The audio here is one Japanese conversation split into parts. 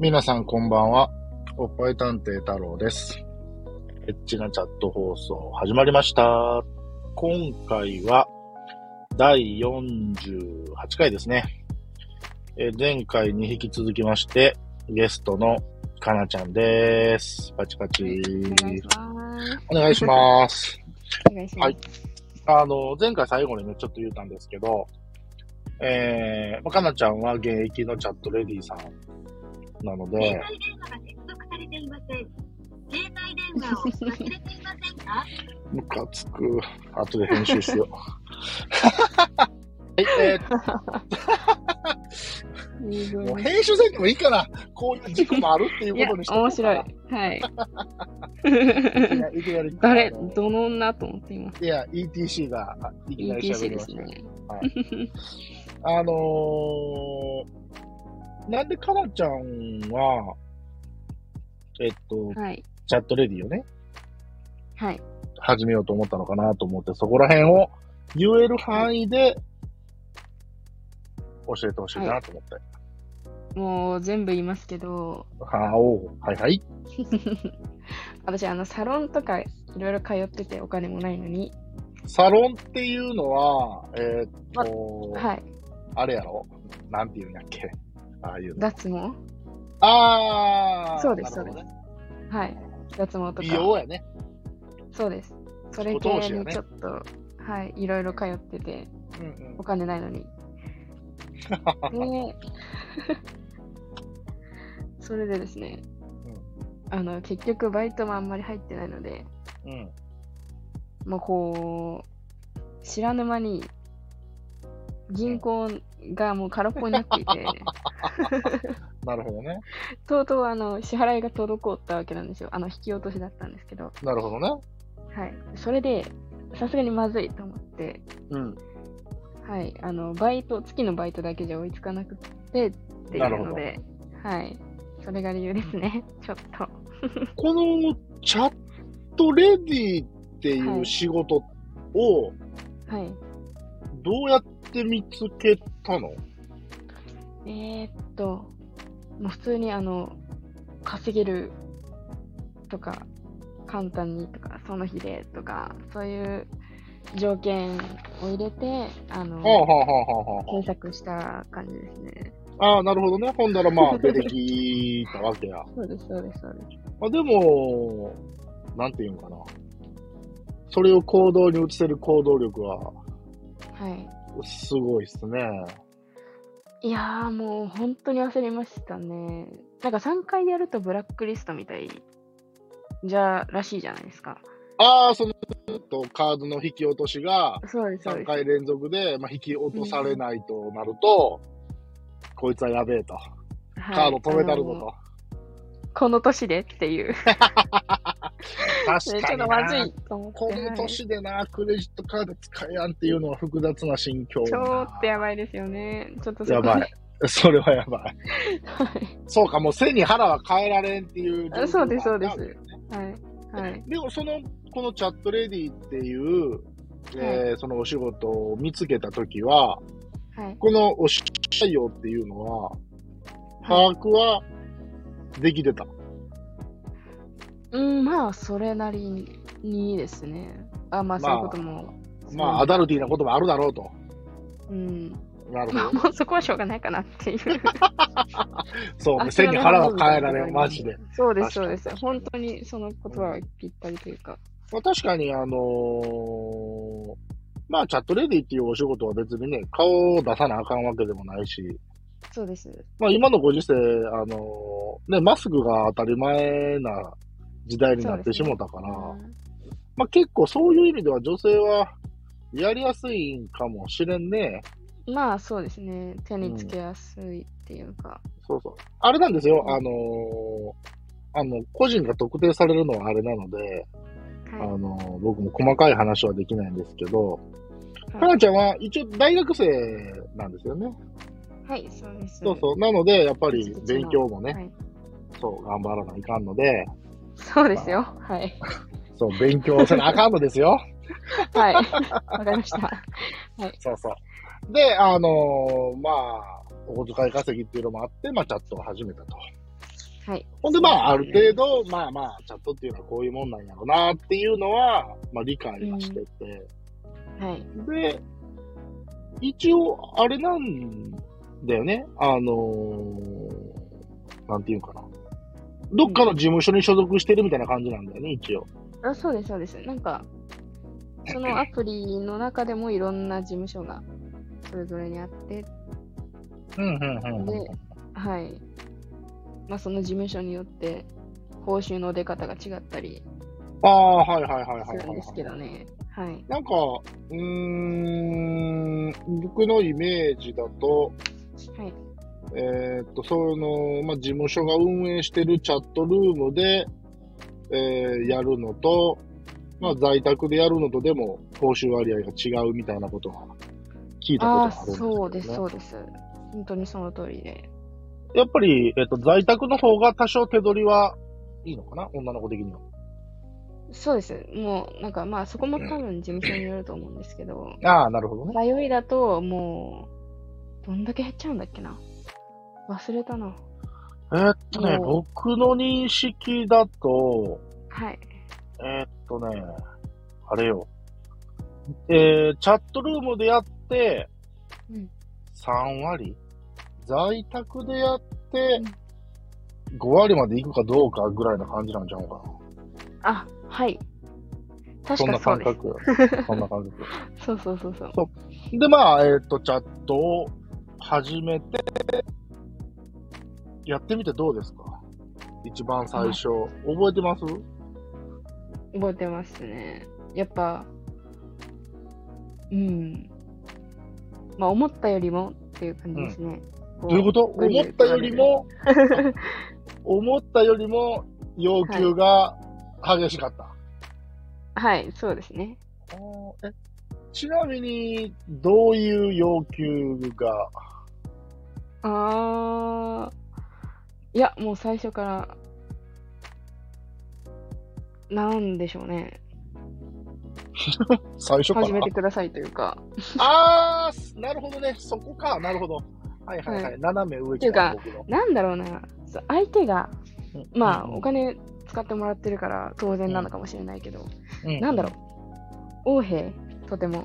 皆さんこんばんは。おっぱい探偵太郎です。エッチなチャット放送始まりました。今回は第48回ですね。えー前回に引き続きまして、ゲストのかなちゃんです。パチパチ。お願いします。おお願願いします。いします。はいあの、前回最後にね、ちょっと言ったんですけど、えー、まあかなちゃんは現役のチャットレディさんなので、携帯電話が接続されていません。携帯電話を忘れていませんかムカつく。後で編集し よう。はい、えーもう編集せんでもいいから、こういう軸もあるっていいうこや、とにして。面白い。 はい。いきなり。誰、あのどの女と思って今。いや、ETC があいきなり ETC 喋りでますした。ね。あのー、なんでかなちゃんは、えっと、はい。チャットレディをね、はい。始めようと思ったのかなと思って、そこら辺を言える範囲で、教えてほしいなと思って。もう全部言いますけど、はおうはいはい。私、あの、サロンとかいろいろ通っててお金もないのに、サロンっていうのは、えーっと、はい。あれやろなんていうんやっけああいうの。脱毛ああそうですなるほどねはい。脱毛と美か。容やね。そうです。それ系自己投資やにねちょっと、はい。いろいろ通ってて、うんうんお。金ないのに。で、それでですね、あの、結局バイトもあんまり入ってないので、うん。もうこう、知らぬ間に銀行がもう空っぽになっていて、なるほどね。とうとうあの支払いが滞ったわけなんですよ。あの、引き落としだったんですけど、なるほどね。はい。それで、さすがにまずいと思って、うん。はい。あの、バイト、月のバイトだけじゃ追いつかなくてっていうので、はい。それが理由ですね。 ちょっと。このチャットレディっていはうい仕事をはい。どうやって見つけたの、えー、っと、もう普通にあの、稼げるとか、簡単にとか、その日でとか、そういう条件を入れて、あの、はあはあはあはあは検索した感じですね。あ。ああ、なるほどね。ほんだらまあ出てきたわけや。そうです、そうです、そうです。まあでも、なんていうんかな。それを行動に移せる行動力は、はい。すごいっすね。いやーもう本当に焦りましたね。なんか3回やるとブラックリストみたいじゃらしいじゃないですか。ああ、その、とカードの引き落としが、そうです、そう3です。回連続で、まあ、引き落とされないとなると、こいつはやべえと。カード止めたるはいあのぞこの年でっていう。と。ちょ確っかとにな。まずいと思って。こはのい年でな、クレジットカード使えやんっていうのは複雑な心境ちやなょっとやばいですよね。ちょっとやばい。い。それはやばい。はい。そうか、もう背に腹は変えられんっていう状況あそうですがあったそうですわけねはい。はい。でもその、このチャットレディっていう、えーそのお仕事を見つけたときは、はい。このお仕事内容っていうのは、把握はできてた。うん、まあ、それなりにですね。あ、まあ、まそあういうことも。まあ、アダルティーなこともあるだろうと。うん。なるまほあ、ど。もうそこはしょうがないかなっていう。そうね、あ背に腹は変えられん、マジで。。そうです、そうで確すか。に本当にその言葉はぴったりというか。まあ、確かに、あのーまあ、チャットレディっていうお仕事は別にね、顔を出さなあかんわけでもないし、そうです。まあ、今のご時世、あのーね、マスクが当たり前な時代になってしもたから、まあ、結構そういう意味では女性はやりやすいんかもしれんね。まあ、そうですね。手につけやすいっていうか。そうそう。あれなんですよう、んあのーあの、個人が特定されるのはあれなので、あはい。のー僕も細かい話はできないんですけど、はいかなちゃんは一応大学生なんですよね。はい、そうです。そうそう。なので、やっぱり一日の勉強もね、はいそう、頑張らないかんので、そうですよ。はい。そう、勉強せなあかんのですよ。 はい。わかりました。そうそう。で、あのーまあ、お小遣い稼ぎっていうのもあって、まあ、チャットを始めたと。はい。ほんで、まあ、ある程度、まあまあ、チャットっていうのはこういうもんなんやろうなっていうのは、まあ、理解はしてて、はい。で、一応、あれなんだよね。あのーなんていうかな。どっかの事務所に所属してるみたいな感じなんだよね、一応。あ、そうです、そうです。なんか、そのアプリの中でもいろんな事務所がそれぞれにあって、うん、うん、で、はい。まあ、その事務所によって、報酬の出方が違ったりああ、はいはいはいはいすはい、るんですけはどい。ね。はい。なんか、うーん、僕のイメージだと、はい。えーっと、その、まあ、事務所が運営してるチャットルームで、えーやるのと、まあ、在宅でやるのとでも、報酬割合が違うみたいなことは聞いたことがあああ、るんですけど、ね。そうです、そうです。本当にその通りで。やっぱり、えーっと、在宅の方が多少手取りはいいのかな女の子的には。そうです。もう、なんかまあ、そこも多分事務所によると思うんですけど、ああ、なるほどね。迷いだと、もう、どんだけ減っちゃうんだっけな。忘れたな。えーっとね、も僕の認識だと、はい。えーっとね、あれよ。えー、チャットルームでやって、うん3割在宅でやって、5割まで行くかどうかぐらいな感じなんちゃうかあ、はい。な。そ確んなかそうで感す。覚。そんな感そうそうそうそう。覚。で、まあ、えーっと、チャットを始めて、やってみてどうですか一番最初。覚えてます覚えてますね。やっぱ、うん。まあ、思ったよりもっていう感じですね。こどういうことぐいぐ思いったよりも、 思ったよりも要求が激しかった。はい、そうですね。おーえちなみに、どういう要求が、あー、いや、もう最初から、なんでしょうね。最初から始めてくださいというか、あー、なるほどね。そこか。なるほど。はいはいはい。は斜め上来た僕の。なんだろうな、そう相手が、まあ、お金、金使ってもらってるから当然なのかもしれないけど、うなんだろう、横兵、とても。う。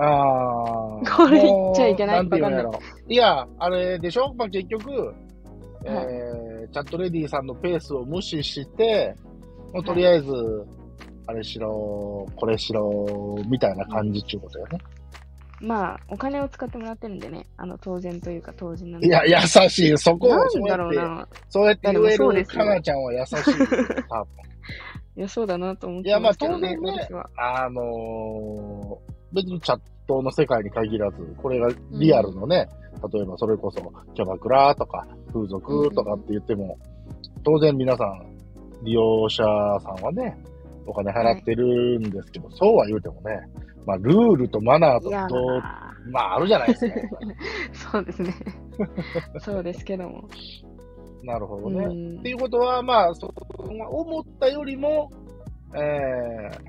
あー。これ言っちゃいけないもうなんていうんやろ。いや、あれでしょまあ結局、えー、チャットレディさんのペースを無視して、もうとりあえず、あれしろ、これしろ、みたいな感じっちゅうことよね。まあ、お金を使ってもらってるんでね、あの当然というか当然なんいや、優しい。そこを、なそんうだやろうって、な、そうやって言えいやでもそうるですよかなちゃんは 優しい。多分いや、そうだなと思っいやてまあますけどね、当然ね私は。あのー別にチャットの世界に限らず、これがリアルのね、例えばそれこそキャバクラとか風俗とかって言っても、当然皆さん、利用者さんはね、お金払ってるんですけど、そうは言うてもね、まあ、ルールとマナーといや、どう、まあまあ、あるじゃないで すか。そうです ね。そうですけども。なるほどうね。んっていうことは、まあ、そ思ったよりも、えー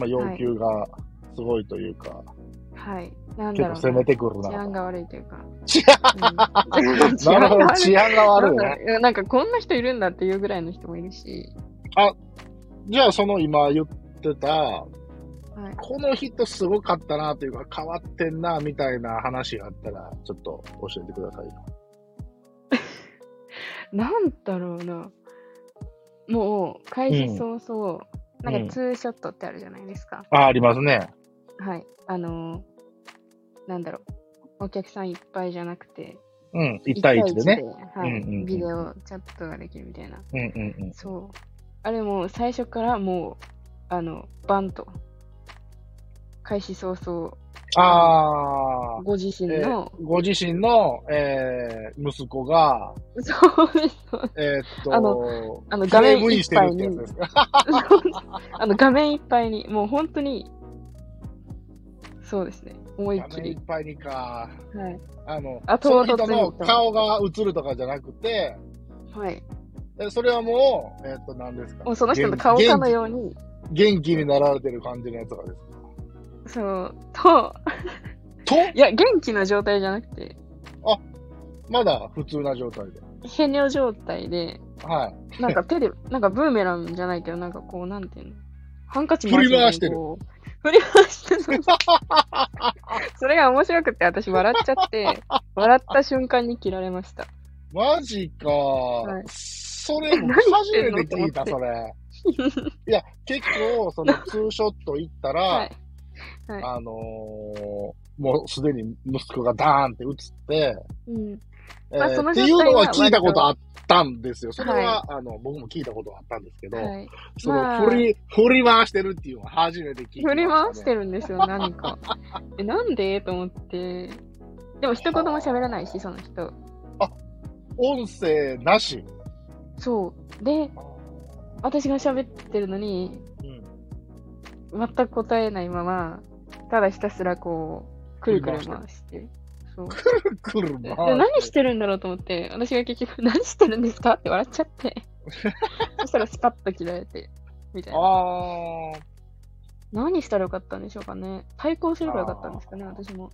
まあ、要求がすごいというか、はい。なん結だ構ろ攻うめな。てくるな治安と。が悪いというか。治うん治 な安がるほど、悪い。治安が悪いなね。んかなんかこんな人いるんだっていうぐらいの人もいるし、じゃあ、その今言ってた、はい、この人すごかったなというか、変わってんな、みたいな話があったら、ちょっと教えてくださいよ。なんだろうなもう開始早々、んなんかツーショットってあるじゃないですか、あ、ありますね。はいあのーなんだろうお客さんいっぱいじゃなくてうん、1対1でね。一対一ではいうんうんうんビデオチャットができるみたいなうんうんうん。そうあれも最初からもうあのバンと開始早々ああ、ご自身の、ご自身の、えー息子が、そうですそうですえーっと、あのあのプレイ画面いっぱいに V してるってやつですか。あの画面いっぱいに、もう本当に、そうですね、思いっ画き面いりっ。ぱいにはか。い。あの、あその人唐突のにと顔が映るとかじゃなくて、はい、えそれはもう、えーっと、何ですかもうその人の顔かのように、元気になられてる感じのやつがですそう、と、か。いや、元気な状態じゃなくて、とまだ普通な状態で。ヘネオ状態で、はい。なんか手で、 なんかブーメランじゃないけど、なんかこう、なんていうのハンカチ振り回してるこう振り回してる。 それが面白くて、私笑っちゃって、笑った瞬間に切られました。マジか、いそれ、何言っ初てんのめ て聞いた、とそれ。いや、結構、その、ツーショット行ったら、はい。はいあのーもうすでに息子がダーンって打つって、うん。えまあーそのっていうのは聞いたことあ状ったんですよ。それは、はあの、僕も聞いたことはあったんですけど、はい。その、まあ振り、振り回してるっていうのは初めて聞いた、振り回してる。るんですよ、何か。え、なんでと思って。でも、一言も喋らないし、その人。音声なし。そう。で、私が喋ってるのに、うん。全く答えないまま、ただひたすらこう、くるくる回して。そう。くる回でし何してるんだろうと思って、私が結局、何してるんですかって笑っちゃっ て。そしたらスパッと切られて、みたいな。あー、何したらよかったんでしょうかね。対抗すればよかったんですかね、私も。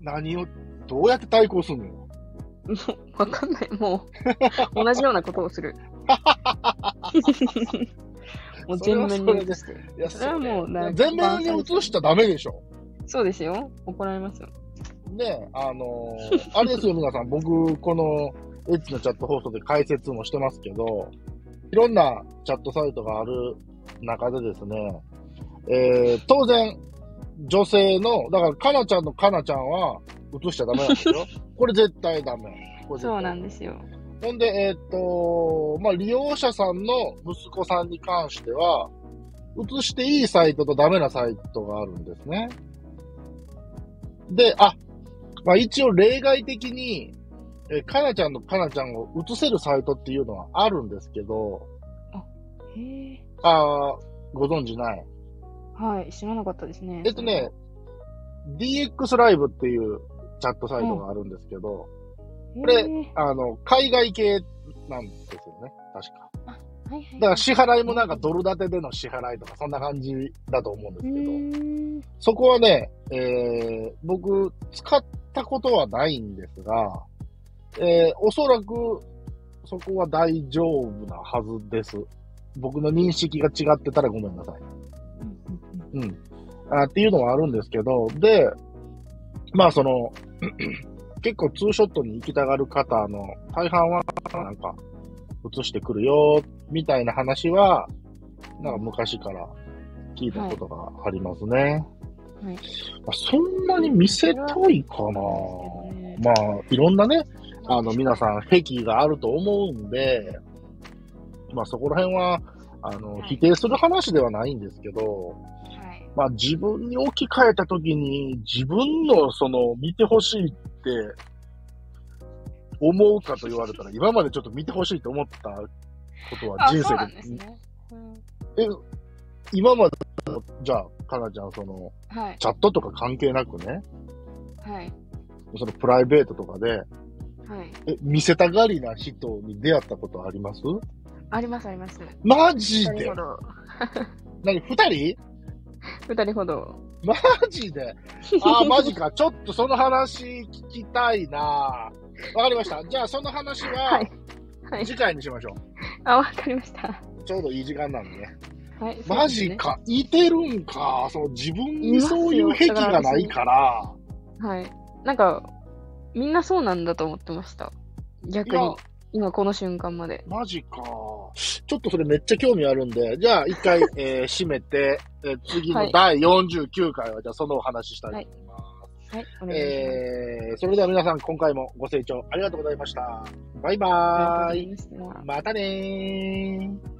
何を、どうやって対抗するのよ。もう、わかんない。も う、同じようなことをする。もう全面それはそにれ移して。いや、それはもうなんか全面に映しちゃダメでしょ。そうですよ。怒られますよ。ね、あのー あれですよ、皆さん。僕、この、エッチのチャット放送で解説もしてますけど、いろんなチャットサイトがある中でですね、えー、当然、女性の、だから、かなちゃんのかなちゃんは映しちゃダメなんで すよ。これ絶対ダメ。これ絶対そうなんですよ。ほんで、えーっと、まあ、利用者さんの息子さんに関しては、映していいサイトとダメなサイトがあるんですね。で、あ、まあ、一応例外的に、えーかなちゃんのかなちゃんを映せるサイトっていうのはあるんですけど、へーあーご存知ない。はい、知らなかったですね。えっとね、DX ライブっていうチャットサイトがあるんですけど、そこれへーあの、海外系なんですよね、確か。はいはい。だから支払いもなんかドル建てでの支払いとか、そんな感じだと思うんでうーすけど、んそこはね、えー、僕、使ったことはないんですが、えー、おそらく、そこは大丈夫なはずです。僕の認識が違ってたらごめんなさい。うん。あっていうのはあるんですけど、で、まあその、 結構ツーショットに行きたがる方の大半は、なんか、映してくるよ、みたいな話は、なんか昔から聞いたことがありますね。はいはいまあ、そんなに見せたいかなそうですけどねまあ、いろんなね、あの、皆さん、癖があると思うんで、まあそこら辺は、あの、はい否定する話ではないんですけど、はい。まあ自分に置き換えたときに自分のその見てほしいって思うかと言われたら今までちょっと見てほしいと思ったことはあ、人そう生なんでですね。うんえ今までじゃあかなちゃんそのはい、チャットとか関係なくねはい、そのプライベートとかではい。え見せたがりな人に出会ったことありますありますあります。マジ二人でほど。何二人二人ほど。マジであーマジか。ちょっとその話聞きたいなわかりました。じゃあその話ははい、はい。次回にしましょう。あ、わかりました。ちょうどいい時間なんでね。はい。マジか。いてるんか。そう、自分にそういいうます癖よがないから。はい。なんか、みんなそうなんだと思ってました。い逆や、に、今この瞬間まで。マジか。ちょっとそれめっちゃ興味あるんで、じゃあ一回、えー締めて、えー次はのい第49回は、じゃあそのお話ししたいと思います。はい、お願いします。えーそれでは皆さん今回もご清聴ありがとうございました。バイあバーイ。りがとうございましたまたねー。